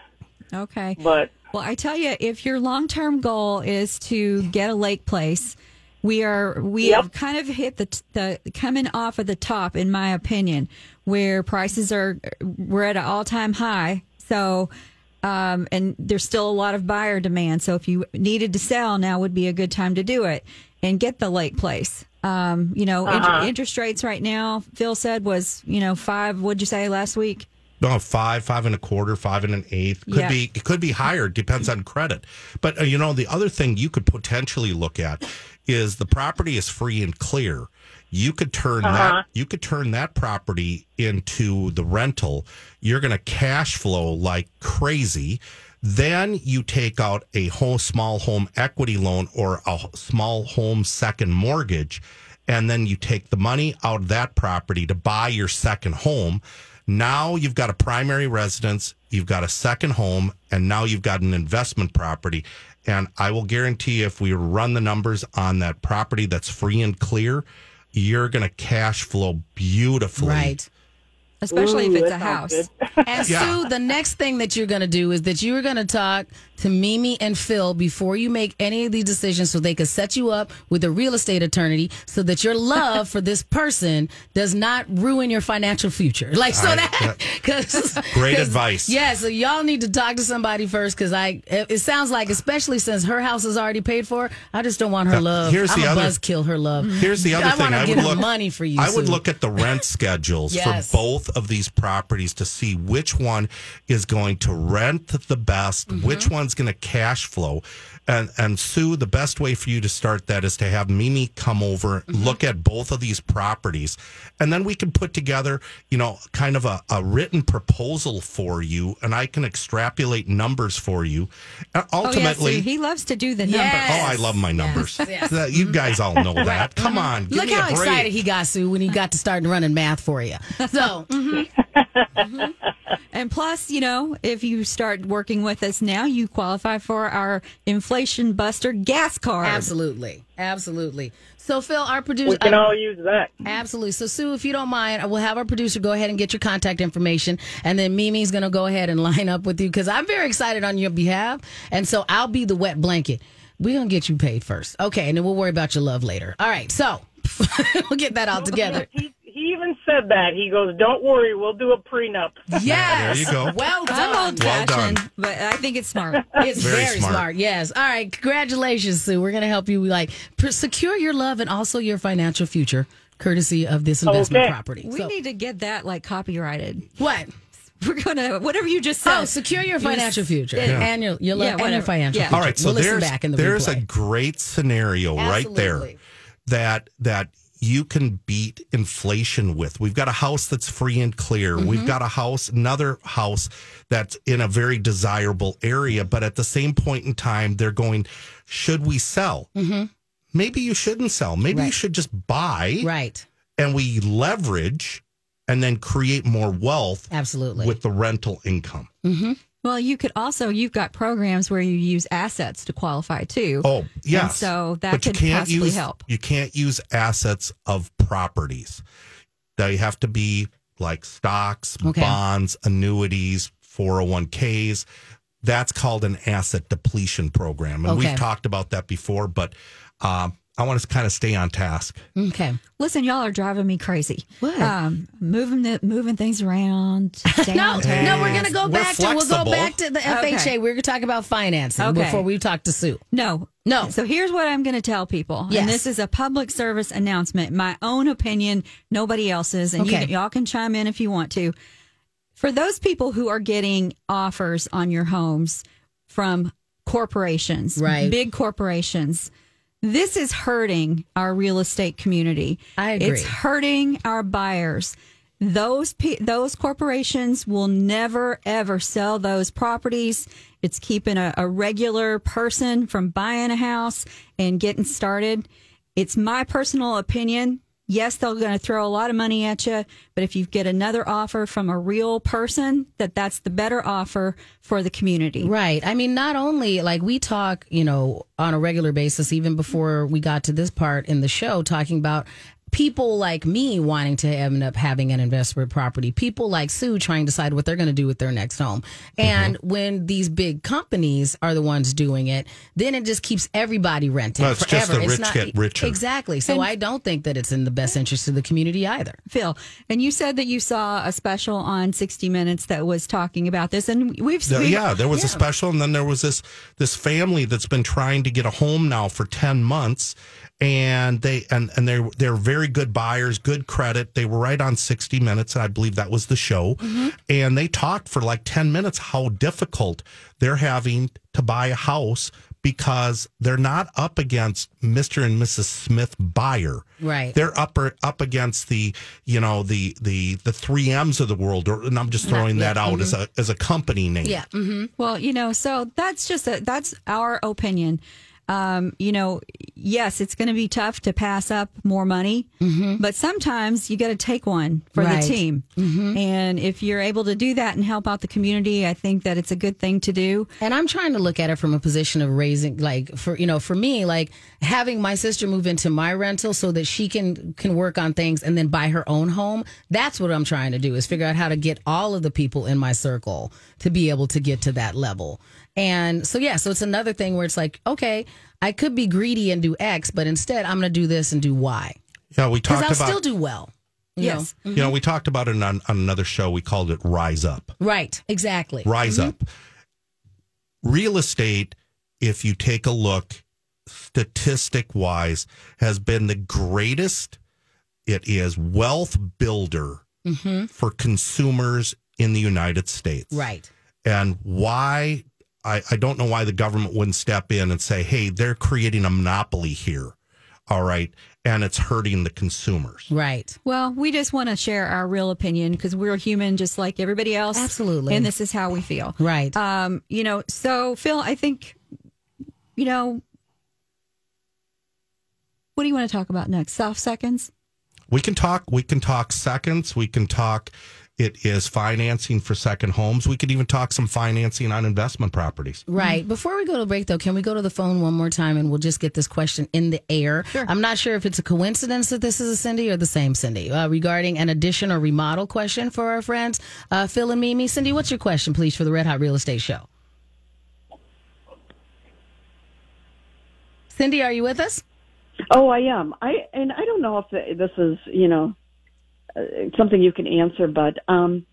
[SPEAKER 4] okay.
[SPEAKER 6] but
[SPEAKER 4] Well, I tell you, if your long term goal is to get a lake place, we are we
[SPEAKER 6] Yep.
[SPEAKER 4] have kind of hit the, the coming off of the top, in my opinion, where prices are we're at an all time high. So, um, and there's still a lot of buyer demand. So, if you needed to sell, now would be a good time to do it and get the lake place. Um, you know, inter-
[SPEAKER 6] Uh-huh.
[SPEAKER 4] interest rates right now, Phil said was you know five. What'd you say last week?
[SPEAKER 5] No, five, five and a quarter, five and an eighth. Could
[SPEAKER 4] Yeah.
[SPEAKER 5] be it could be higher, depends on credit. But uh, you know, the other thing you could potentially look at is the property is free and clear. You could turn that you could turn that property into the rental. You're going to cash flow like crazy. Then you take out a whole small home equity loan or a h- small home second mortgage and then you take the money out of that property to buy your second home. Now you've got a primary residence, you've got a second home, and now you've got an investment property. And I will guarantee you, if we run the numbers on that property that's free and clear, you're going to cash flow beautifully.
[SPEAKER 3] Right.
[SPEAKER 4] Especially
[SPEAKER 6] Ooh,
[SPEAKER 4] if it's a
[SPEAKER 6] that
[SPEAKER 4] house.
[SPEAKER 6] sounds good.
[SPEAKER 3] And
[SPEAKER 5] Yeah.
[SPEAKER 3] Sue, the next thing that you're going to do is that you are going to talk to Mimi and Phil before you make any of these decisions so they can set you up with a real estate attorney so that your love for this person does not ruin your financial future. Like, so
[SPEAKER 5] I-
[SPEAKER 3] that, because.
[SPEAKER 5] Great advice.
[SPEAKER 3] Yeah, so y'all need to talk to somebody first because I, it, it sounds like, especially since her house is already paid for, I just don't want her
[SPEAKER 5] Yeah,
[SPEAKER 3] love.
[SPEAKER 5] here's
[SPEAKER 3] I'm
[SPEAKER 5] the
[SPEAKER 3] a
[SPEAKER 5] other-
[SPEAKER 3] buzzkill her love.
[SPEAKER 5] Here's the other
[SPEAKER 3] I
[SPEAKER 5] thing.
[SPEAKER 3] wanna
[SPEAKER 5] I
[SPEAKER 3] give
[SPEAKER 5] would
[SPEAKER 3] her
[SPEAKER 5] look
[SPEAKER 3] money for you.
[SPEAKER 5] I would
[SPEAKER 3] Sue.
[SPEAKER 5] look at the rent schedules
[SPEAKER 3] Yes.
[SPEAKER 5] for both of these properties to see which one is going to rent the best,
[SPEAKER 3] Mm-hmm.
[SPEAKER 5] which one's going to cash flow. And and Sue, the best way for you to start that is to have Mimi come over,
[SPEAKER 3] Mm-hmm.
[SPEAKER 5] look at both of these properties, and then we can put together, you know, kind of a, a written proposal for you, and I can extrapolate numbers for you. And
[SPEAKER 4] oh,
[SPEAKER 5] ultimately,
[SPEAKER 4] yeah, Sue, he loves to do the numbers.
[SPEAKER 3] Yes. Mm-hmm.
[SPEAKER 5] Oh, I love my numbers. That- You guys all know that. Come on, give
[SPEAKER 3] Look
[SPEAKER 5] me
[SPEAKER 3] how
[SPEAKER 5] a break.
[SPEAKER 3] excited he got, Sue, when he got to start running math for you. So,
[SPEAKER 4] And plus, you know, if you start working with us now, you qualify for our inflation buster gas card.
[SPEAKER 3] absolutely. Absolutely. So, Phil, our producer. uh,
[SPEAKER 6] we can all use that.
[SPEAKER 3] absolutely. So, Sue, if you don't mind, I will have our producer go ahead and get your contact information. And then Mimi's going to go ahead and line up with you because I'm very excited on your behalf. And so I'll be the wet blanket. We're going to get you paid first. Okay. And then we'll worry about your love later. All right. So, we'll get that all together.
[SPEAKER 6] He, he even said that. He goes, "Don't worry, we'll do a prenup."
[SPEAKER 3] Yes.
[SPEAKER 5] you go.
[SPEAKER 3] Well done.
[SPEAKER 4] I'm old
[SPEAKER 5] Well done.
[SPEAKER 4] fashioned, but I think it's smart.
[SPEAKER 3] It's very,
[SPEAKER 5] Very
[SPEAKER 3] smart.
[SPEAKER 5] smart.
[SPEAKER 3] Yes. All right. Congratulations, Sue. We're going to help you like pr- secure your love and also your financial future, courtesy of this investment
[SPEAKER 6] Okay.
[SPEAKER 3] property.
[SPEAKER 4] We
[SPEAKER 3] So-
[SPEAKER 4] need to get that like copyrighted.
[SPEAKER 3] what?
[SPEAKER 4] we're gonna whatever you just said.
[SPEAKER 3] Oh, secure your
[SPEAKER 4] You
[SPEAKER 3] financial
[SPEAKER 4] s-
[SPEAKER 3] future
[SPEAKER 4] Yeah.
[SPEAKER 3] and your, your, lo-
[SPEAKER 4] Yeah,
[SPEAKER 3] and your
[SPEAKER 4] whatever.
[SPEAKER 3] financial.
[SPEAKER 4] Yeah.
[SPEAKER 3] future.
[SPEAKER 5] All right, so
[SPEAKER 3] We'll listen
[SPEAKER 5] there's
[SPEAKER 3] back in the
[SPEAKER 5] there's a
[SPEAKER 3] replay.
[SPEAKER 5] great scenario right there
[SPEAKER 3] Absolutely.
[SPEAKER 5] that that you can beat inflation with. We've got a house that's free and clear.
[SPEAKER 3] Mm-hmm.
[SPEAKER 5] We've got a house, another house that's in a very desirable area, but at the same point in time, they're going, should we sell? Maybe you shouldn't sell. Maybe you
[SPEAKER 3] Mm-hmm. Right.
[SPEAKER 5] should just buy
[SPEAKER 3] right.
[SPEAKER 5] and we leverage and then create more wealth
[SPEAKER 3] Absolutely.
[SPEAKER 5] with the rental income.
[SPEAKER 4] Well, you could also you've got programs where you use assets to qualify too.
[SPEAKER 5] Oh, yes.
[SPEAKER 4] so that
[SPEAKER 5] But you
[SPEAKER 4] could
[SPEAKER 5] can't
[SPEAKER 4] possibly
[SPEAKER 5] use-
[SPEAKER 4] help.
[SPEAKER 5] You can't use assets of properties. They have to be like stocks,
[SPEAKER 3] Okay.
[SPEAKER 5] bonds, annuities, 401ks. That's called an asset depletion program. And
[SPEAKER 3] Okay.
[SPEAKER 5] we've talked about that before, but um, I want to kind of stay on task.
[SPEAKER 3] okay.
[SPEAKER 4] Listen, y'all are driving me crazy.
[SPEAKER 3] What?
[SPEAKER 4] Um, moving the moving things around.
[SPEAKER 3] No,
[SPEAKER 4] downtown.
[SPEAKER 3] no, we're gonna go
[SPEAKER 5] We're
[SPEAKER 3] back to we'll go
[SPEAKER 5] flexible.
[SPEAKER 3] back to the FHA.
[SPEAKER 4] Okay.
[SPEAKER 3] We're gonna talk about financing
[SPEAKER 4] Okay.
[SPEAKER 3] before we talk to Sue.
[SPEAKER 4] No,
[SPEAKER 3] No.
[SPEAKER 4] So here's what I'm going to tell people.
[SPEAKER 3] Yes.
[SPEAKER 4] And this is a public service announcement, my own opinion, nobody else's. And
[SPEAKER 3] Okay.
[SPEAKER 4] you, y'all can chime in if you want to. For those people who are getting offers on your homes from corporations,
[SPEAKER 3] Right.
[SPEAKER 4] big corporations, this is hurting our real estate community.
[SPEAKER 3] I agree.
[SPEAKER 4] It's hurting our buyers. Those pe- those corporations will never ever sell those properties. It's keeping a, a regular person from buying a house and getting started. It's my personal opinion. Yes, they're going to throw a lot of money at you, but if you get another offer from a real person, that that's the better offer for the community.
[SPEAKER 3] Right. I mean, not only like we talk, you know, on a regular basis, even before we got to this part in the show, talking about people like me wanting to end up having an investment property, people like Sue trying to decide what they're going to do with their next home.
[SPEAKER 5] Mm-hmm.
[SPEAKER 3] And when these big companies are the ones doing it, then it just keeps everybody renting
[SPEAKER 5] Well, it's just
[SPEAKER 3] forever.
[SPEAKER 5] the rich get richer.
[SPEAKER 3] Exactly. So I don't think that it's in the best interest of the community either.
[SPEAKER 4] Phil, and you said that you saw a special on 60 Minutes that was talking about this, and we've
[SPEAKER 5] There-
[SPEAKER 4] we-
[SPEAKER 5] yeah, there was a special, and then there was this this family that's been trying to get a home now for ten months, and they and and they're they're very good buyers, good credit. They were right on sixty minutes, and I believe that was the show,
[SPEAKER 3] Mm-hmm.
[SPEAKER 5] and they talked for like ten minutes how difficult they're having to buy a house because they're not up against Mr. and Mrs. Smith buyer.
[SPEAKER 3] Right.
[SPEAKER 5] They're up up against the, you know, the the the 3Ms of the world or and I'm just throwing that out as a as a company name.
[SPEAKER 3] mm-hmm. Yeah.
[SPEAKER 4] Well, you know, so that's just a, that's our opinion. Um, you know, yes, it's going to be tough to pass up more money, but sometimes you got to take one for
[SPEAKER 3] Mm-hmm. Right. Mm-hmm.
[SPEAKER 4] the team. And if you're able to do that and help out the community, I think that it's a good thing to do.
[SPEAKER 3] And I'm trying to look at it from a position of raising, like for you know, for me, like having my sister move into my rental so that she can can work on things and then buy her own home. That's what I'm trying to do is figure out how to get all of the people in my circle to be able to get to that level. And so yeah, so it's another thing where it's like, okay, I could be greedy and do X, but instead I'm going to do this and do Y
[SPEAKER 5] Yeah, we
[SPEAKER 3] because
[SPEAKER 5] talked
[SPEAKER 3] I'll
[SPEAKER 5] about
[SPEAKER 3] still do Mm-hmm. well. you
[SPEAKER 4] Yes.
[SPEAKER 5] you know, we talked about it on, on another show. We called it Rise Up.
[SPEAKER 3] know? right? Exactly.
[SPEAKER 5] Rise up. Real estate, if you take a look, statistic wise, has been the greatest. It is wealth builder for consumers in the United States.
[SPEAKER 3] Mm-hmm. Right.
[SPEAKER 5] and why I, I don't know why the government wouldn't step in and say, hey, they're creating a monopoly here. All right. And it's hurting the consumers.
[SPEAKER 3] Right.
[SPEAKER 4] Well, we just want to share our real opinion because we're human just like everybody else.
[SPEAKER 3] Absolutely.
[SPEAKER 4] And this is how we feel.
[SPEAKER 3] Right.
[SPEAKER 4] Um, you know, so Phil, I think, you know, what do you want to talk about next? Soft seconds?
[SPEAKER 5] We can talk, we can talk seconds, we can talk it is financing for second homes. We could even talk some financing on investment properties.
[SPEAKER 3] Right. Before we go to break, though, can we go to the phone one more time and we'll just get this question in the air? I'm not sure if it's a coincidence that this is a Cindy or the same Cindy uh, regarding an addition or remodel question for our friends, uh, Phil and Mimi. Cindy, what's your question, please, for the Red Hot Real Estate Show? Cindy, are you with us?
[SPEAKER 7] Oh, I am. I and I don't know if this is you know uh, something you can answer, but um,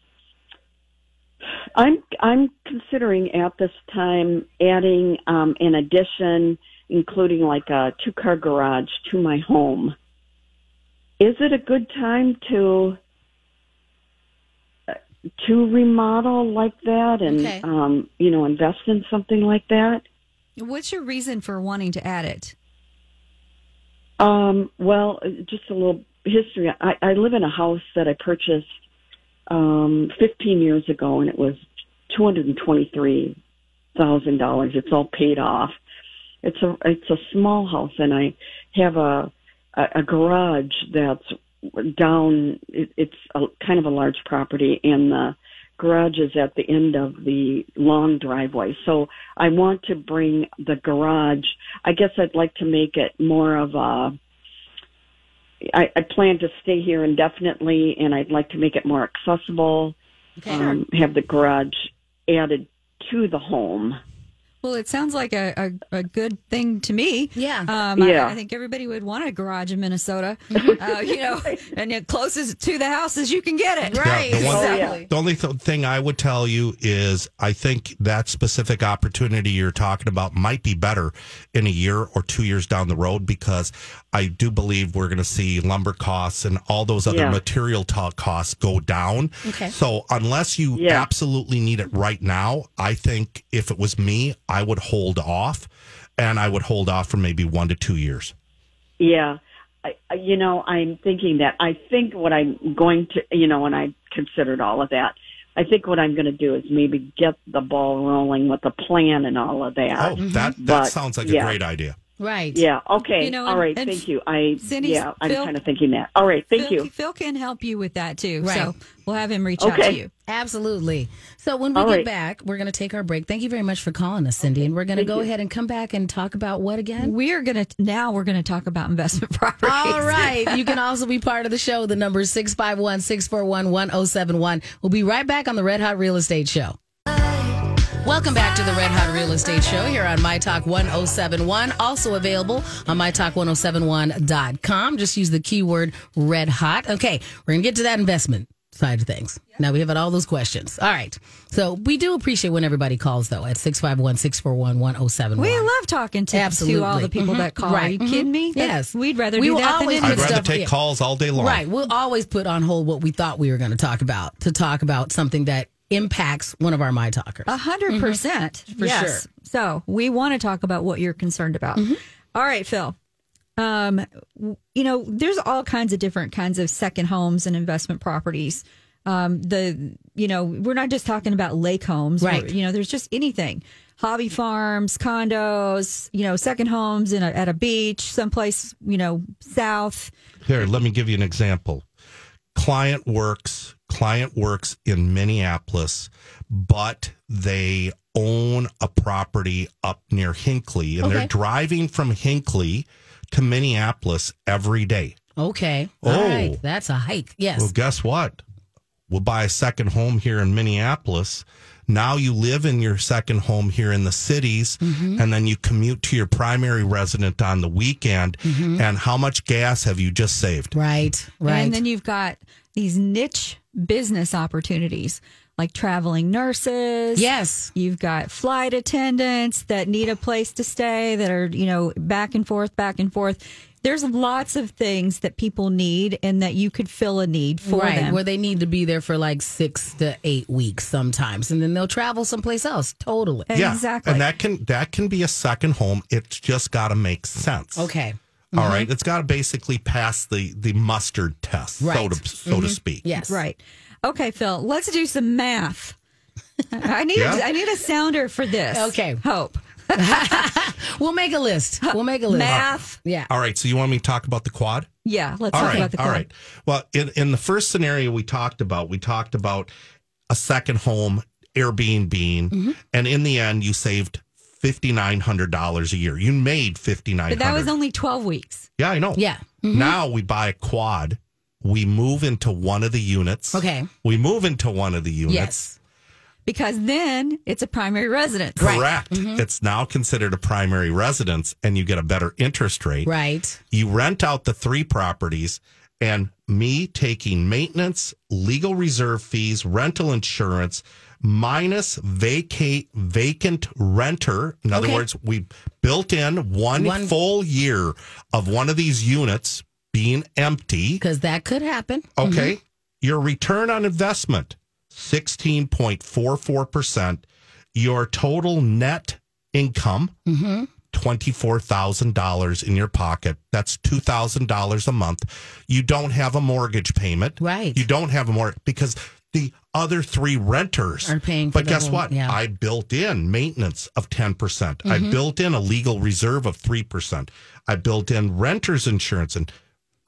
[SPEAKER 7] I'm I'm considering at this time adding um, an addition, including like a two car garage to my home. Is it a good time to uh,
[SPEAKER 6] to remodel like that and
[SPEAKER 3] Okay.
[SPEAKER 6] um, you know invest in something like that.
[SPEAKER 4] What's your reason for wanting to add it?
[SPEAKER 6] Um, well, just a little history. I, I live in a house that I purchased um, 15 years ago, and it was $223,000. It's all paid off. It's a it's a small house, and I have a a, a garage that's down. It, it's a, kind of a large property, and the garage is at the end of the long driveway. So I want to bring the garage. I guess I'd like to make it more of a. I, I plan to stay here indefinitely, and I'd like to make it more accessible. Um, have the garage added to the home.
[SPEAKER 4] Well, it sounds like a, a, a good thing to me.
[SPEAKER 3] Yeah.
[SPEAKER 4] Um, I-
[SPEAKER 6] Yeah.
[SPEAKER 4] I, think everybody would want a garage in Minnesota, uh, you know, and it closest to the house as you can get it.
[SPEAKER 3] Right.
[SPEAKER 5] the one-
[SPEAKER 3] exactly.
[SPEAKER 5] The only th- thing I would tell you is I think that specific opportunity you're talking about might be better in a year or two years down the road because I do believe we're going to see lumber costs and all those other
[SPEAKER 6] Yeah.
[SPEAKER 5] material ta- costs go down.
[SPEAKER 3] Okay.
[SPEAKER 5] So unless you
[SPEAKER 6] Yeah.
[SPEAKER 5] absolutely need it right now, I think if it was me, I would hold off and I would hold off for maybe one to two years.
[SPEAKER 6] Yeah. I, I- you know, I'm thinking that I think what I'm going to, you know, and I considered all of that. I think what I'm going to do is maybe get the ball rolling with the plan and all of that.
[SPEAKER 5] Oh,
[SPEAKER 4] Mm-hmm.
[SPEAKER 5] that, that
[SPEAKER 6] Uh, mm-hmm. But,
[SPEAKER 5] sounds like a
[SPEAKER 6] yeah.
[SPEAKER 5] great idea.
[SPEAKER 3] Right.
[SPEAKER 6] Yeah. Okay.
[SPEAKER 4] You know,
[SPEAKER 6] all
[SPEAKER 4] and-
[SPEAKER 6] right.
[SPEAKER 4] and
[SPEAKER 6] thank you. I.
[SPEAKER 4] Cindy's-
[SPEAKER 6] yeah. I'm
[SPEAKER 4] Phil-
[SPEAKER 6] kind of thinking that. All right. Thank
[SPEAKER 4] Phil,
[SPEAKER 6] you.
[SPEAKER 4] Phil can help you with that too.
[SPEAKER 3] Right.
[SPEAKER 4] So we'll have him reach out to
[SPEAKER 6] Okay.
[SPEAKER 4] you.
[SPEAKER 3] Absolutely. So when we
[SPEAKER 6] All
[SPEAKER 3] get
[SPEAKER 6] right.
[SPEAKER 3] back, we're going to take our break. Thank you very much for calling us, Cindy. And we're going to go ahead and come back and talk about what again?
[SPEAKER 4] We're gonna now we're gonna talk about investment properties.
[SPEAKER 3] All right. You can also be part of the show. The number is 651 641 1071. We'll be right back on the Red Hot Real Estate Show. Welcome back to the Red Hot Real Estate Show here on My Talk 1071. Also available on MyTalk1071.com. Just use the keyword red hot. Okay, we're going to get to that investment side of things. Now we have had all those questions. All right. So we do appreciate when everybody calls, though, at 651 641 1071.
[SPEAKER 4] We love talking to,
[SPEAKER 3] Absolutely.
[SPEAKER 4] to all the people that call. Are
[SPEAKER 3] Right.
[SPEAKER 4] you
[SPEAKER 3] Mhm.
[SPEAKER 4] kidding me?
[SPEAKER 3] Yes.
[SPEAKER 4] We'd rather
[SPEAKER 3] We
[SPEAKER 4] do
[SPEAKER 3] will
[SPEAKER 4] that than
[SPEAKER 3] always
[SPEAKER 4] anything.
[SPEAKER 3] Good
[SPEAKER 5] I'd rather
[SPEAKER 3] stuff.
[SPEAKER 5] take
[SPEAKER 3] Yeah.
[SPEAKER 5] calls all day long.
[SPEAKER 3] Right. We'll always put on hold what we thought we were going to talk about to talk about something that impacts one of our My Talkers.
[SPEAKER 4] A hundred percent.
[SPEAKER 3] For
[SPEAKER 4] yes.
[SPEAKER 3] sure.
[SPEAKER 4] So we want to talk about what you're concerned about.
[SPEAKER 3] Mm-hmm.
[SPEAKER 4] All right, Phil. Um, w- you know, there's all kinds of different kinds of second homes and investment properties. Um, the you know, we're not just talking about lake homes,
[SPEAKER 3] Right.
[SPEAKER 4] We're- You know, there's just anything, hobby farms, condos, you know, second homes in a, at a beach, someplace, you know, south.
[SPEAKER 5] Here, let me give you an example. Client works, client works in Minneapolis, but they own a property up near Hinckley and
[SPEAKER 3] Okay.
[SPEAKER 5] they're driving from Hinckley to Minneapolis every day.
[SPEAKER 3] Okay.
[SPEAKER 5] Oh.
[SPEAKER 3] All right. That's a hike. Yes.
[SPEAKER 5] Well, guess what? We'll buy a second home here in Minneapolis. Now you live in your second home here in the cities,
[SPEAKER 3] Mm-hmm.
[SPEAKER 5] and then you commute to your primary resident on the weekend.
[SPEAKER 3] Mm-hmm.
[SPEAKER 5] And how much gas have you just saved?
[SPEAKER 3] Right. Right.
[SPEAKER 4] And then you've got these niche business opportunities like traveling nurses.
[SPEAKER 3] yes.
[SPEAKER 4] You've got flight attendants that need a place to stay that are, you know, back and forth, back and forth. There's lots of things that people need and that you could fill a need for
[SPEAKER 3] right.
[SPEAKER 4] them.
[SPEAKER 3] Where they need to be there for like six to eight weeks sometimes. And then they'll travel someplace else. Totally.
[SPEAKER 4] Exactly.
[SPEAKER 5] And that can that can be a second home. It's just got to make sense.
[SPEAKER 3] Okay.
[SPEAKER 5] All
[SPEAKER 4] Mm-hmm.
[SPEAKER 5] right. It's got to basically pass the the mustard test, so
[SPEAKER 3] Right.
[SPEAKER 5] to so
[SPEAKER 4] Mm-hmm.
[SPEAKER 5] to speak.
[SPEAKER 3] Yes.
[SPEAKER 4] Right. Okay, Phil, let's do some math. I need
[SPEAKER 5] Yeah.
[SPEAKER 4] a, I need a sounder for this.
[SPEAKER 3] Okay.
[SPEAKER 4] Hope.
[SPEAKER 3] We'll make a list. We'll make a list.
[SPEAKER 4] Math.
[SPEAKER 3] Yeah.
[SPEAKER 5] All right. So you want me to talk about the quad?
[SPEAKER 4] Yeah, let's
[SPEAKER 5] All
[SPEAKER 4] talk
[SPEAKER 5] right,
[SPEAKER 4] about the
[SPEAKER 5] all
[SPEAKER 4] quad.
[SPEAKER 5] right. Well, in, in the first scenario we talked about, we talked about a second home, Airbnb,
[SPEAKER 4] Mm-hmm.
[SPEAKER 5] and in the end, you saved fifty nine hundred dollars a year. You made fifty nine.
[SPEAKER 4] But that was Mm-hmm. only 12 weeks.
[SPEAKER 5] yeah, I know.
[SPEAKER 3] Yeah.
[SPEAKER 5] Now we buy a quad. We move into one of the units.
[SPEAKER 3] Okay.
[SPEAKER 5] We move into one of the units.
[SPEAKER 3] Yes.
[SPEAKER 4] because then it's a primary residence.
[SPEAKER 5] Correct.
[SPEAKER 3] Mm-hmm.
[SPEAKER 5] It's now considered a primary residence, and you get a better interest rate.
[SPEAKER 3] Right.
[SPEAKER 5] you rent out the three properties and me taking maintenance, legal reserve fees, rental insurance, minus vacate vacant renter. In other
[SPEAKER 3] Okay.
[SPEAKER 5] words, we built in one,
[SPEAKER 3] One-
[SPEAKER 5] full year of one of these units being empty.
[SPEAKER 3] Because that could happen.
[SPEAKER 5] Okay. Your return on investment 16.44%. Your total net income,
[SPEAKER 3] Mm-hmm.
[SPEAKER 5] $24,000 in your pocket. That's $2,000 a month. You don't have a mortgage payment.
[SPEAKER 3] Right.
[SPEAKER 5] You don't have a mortgage because the other three renters
[SPEAKER 3] Are paying for
[SPEAKER 5] But
[SPEAKER 3] the
[SPEAKER 5] guess
[SPEAKER 3] whole-
[SPEAKER 5] what?
[SPEAKER 3] yeah. Mm-hmm.
[SPEAKER 5] I built in maintenance of 10%. percent I built in a legal reserve of 3%. I built in renter's insurance. And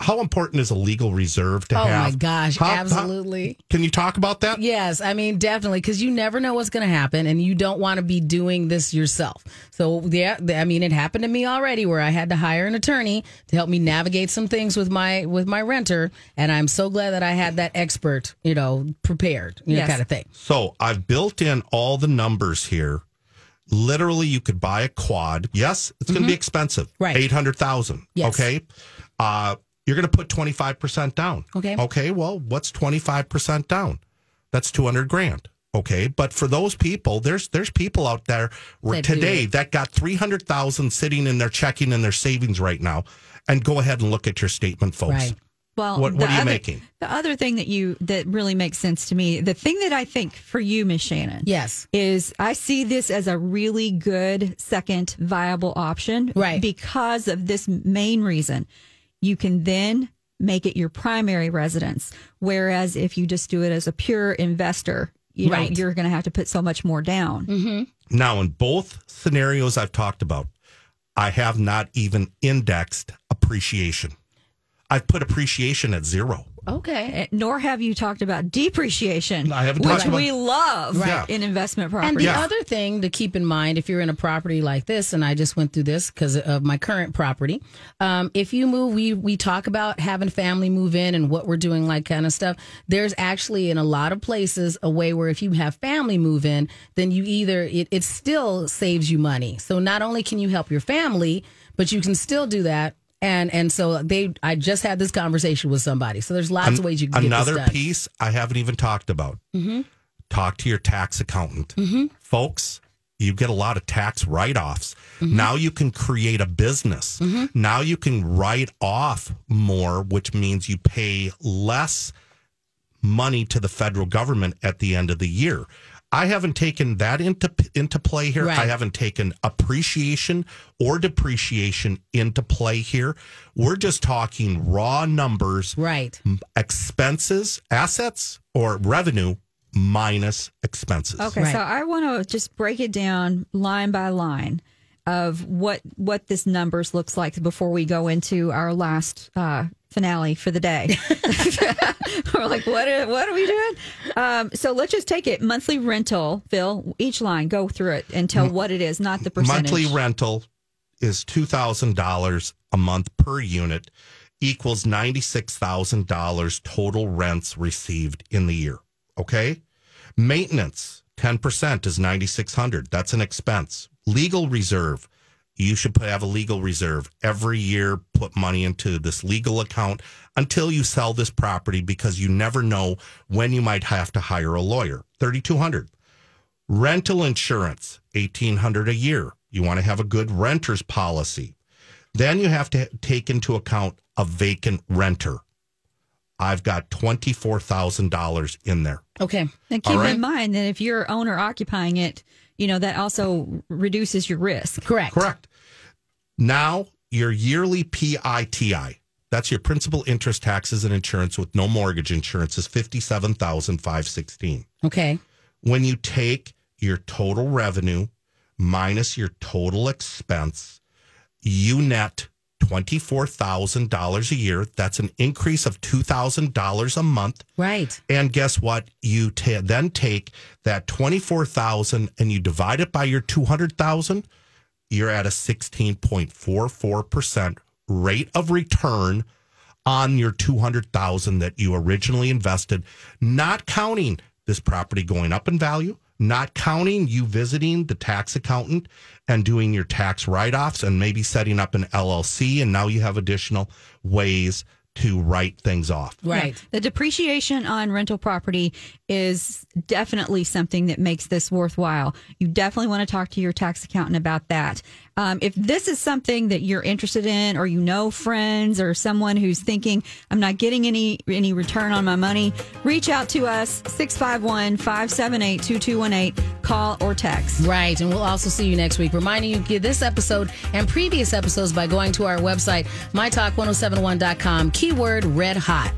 [SPEAKER 5] how important is a legal reserve to
[SPEAKER 3] Oh
[SPEAKER 5] have?
[SPEAKER 3] my gosh,
[SPEAKER 5] How- how-
[SPEAKER 3] absolutely.
[SPEAKER 5] can you talk about that?
[SPEAKER 3] Yes, I mean definitely because you never know what's going to happen, and you don't want to be doing this yourself. So yeah, th- I mean it happened to me already where I had to hire an attorney to help me navigate some things with my with my renter, and I'm so glad that I had that expert, you know, prepared, you know,
[SPEAKER 4] Yes.
[SPEAKER 3] kind of thing.
[SPEAKER 5] So I've built in all the numbers here. Literally, you could buy a quad. Yes, it's going to be expensive.
[SPEAKER 3] Mm-hmm. Right.
[SPEAKER 5] Eight hundred thousand.
[SPEAKER 3] Yes.
[SPEAKER 5] Okay. Uh, you're going to put twenty five percent down.
[SPEAKER 3] Okay.
[SPEAKER 5] Okay. Well, what's twenty five percent down? That's two hundred grand. Okay. But for those people, there's there's people out there where
[SPEAKER 3] That do
[SPEAKER 5] today that got three hundred thousand sitting in their checking and their savings right now. And go ahead and look at your statement, folks.
[SPEAKER 3] Right.
[SPEAKER 4] Well,
[SPEAKER 5] What-
[SPEAKER 4] the
[SPEAKER 5] what are you
[SPEAKER 4] other-
[SPEAKER 5] making?
[SPEAKER 4] The other thing that you that really makes sense to me, the thing that I think for you, Miss Shannon,
[SPEAKER 3] Yes.
[SPEAKER 4] is I see this as a really good second viable option,
[SPEAKER 3] Right.
[SPEAKER 4] Because of this main reason, you can then make it your primary residence. Whereas if you just do it as a pure investor, you
[SPEAKER 3] Right. Mm-hmm.
[SPEAKER 4] know you're going to have to put so much more down.
[SPEAKER 5] Now, in both scenarios I've talked about, I have not even indexed appreciation. I've put appreciation at zero.
[SPEAKER 3] Okay.
[SPEAKER 4] Eh, Nor have you talked about depreciation,
[SPEAKER 5] I haven't
[SPEAKER 4] which
[SPEAKER 5] talked about-
[SPEAKER 4] we love
[SPEAKER 5] Right.
[SPEAKER 4] in investment property.
[SPEAKER 3] And the
[SPEAKER 5] Yeah.
[SPEAKER 3] other thing to keep in mind if you're in a property like this, and I just went through this because of my current property, um, if you move, we we talk about having family move in and what we're doing, like kind of stuff. There's actually in a lot of places a way where if you have family move in, then you either it, it still saves you money. So not only can you help your family, but you can still do that. And and so they, I just had this conversation with somebody. So there's lots of ways you can get this
[SPEAKER 5] Another
[SPEAKER 3] done. Mm-hmm.
[SPEAKER 5] piece I haven't even talked about. Talk to your tax accountant. Folks, you get a lot of tax write offs.
[SPEAKER 3] Mm-hmm.
[SPEAKER 5] Now you can create a business. Now you can write off more, which means you pay less money to the federal government at the end of the year. I haven't taken that into into play here.
[SPEAKER 3] Right.
[SPEAKER 5] I haven't taken appreciation or depreciation into play here. We're just talking raw numbers
[SPEAKER 3] right.
[SPEAKER 5] expenses, assets, or revenue minus expenses.
[SPEAKER 4] Okay, so I want to just break it down line by line of what what this numbers looks like before we go into our last uh, finale for the day. We're like, what are, what are we doing? Um, so let's just take it monthly rental, Phil. Each line, go through it and tell what it is, not the percentage.
[SPEAKER 5] Monthly rental is $2,000 a month per unit, equals $96,000 total rents received in the year. Okay. Maintenance, 10% is 9600 That's an expense. Legal reserve, you should put, have a legal reserve every year. Put money into this legal account until you sell this property because you never know when you might have to hire a lawyer. 3200 rental insurance 1800 a year you want to have a good renter's policy then you have to take into account a vacant renter i've got $24000 in there
[SPEAKER 3] Okay.
[SPEAKER 4] And
[SPEAKER 5] All
[SPEAKER 4] keep
[SPEAKER 5] right.
[SPEAKER 4] in mind that if you're owner occupying it, you know that also reduces your risk.
[SPEAKER 3] Correct.
[SPEAKER 5] correct now your yearly piti that's your principal interest taxes and insurance with no mortgage insurance is 57516
[SPEAKER 3] Okay.
[SPEAKER 5] when you take your total revenue minus your total expense, you net $24,000 a year. That's an increase of $2,000 a month.
[SPEAKER 3] Right.
[SPEAKER 5] And guess what? You ta then take that 24,000 and you divide it by your 200,000, you're at a 16.44% rate of return on your 200,000 that you originally invested, not counting this property going up in value, not counting you visiting the tax accountant and doing your tax write-offs and maybe setting up an LLC and now you have additional ways to write things off.
[SPEAKER 3] Right.
[SPEAKER 4] The depreciation on rental property is definitely something that makes this worthwhile. You definitely want to talk to your tax accountant about that. Um, if this is something that you're interested in, or you know friends or someone who's thinking, I'm not getting any any return on my money, reach out to us 651 578 2218. Call or text.
[SPEAKER 3] Right, and we'll also see you next week. Reminding you, get this episode and oh previous episodes by going to our website, mytalk1071.com, keyword red hot.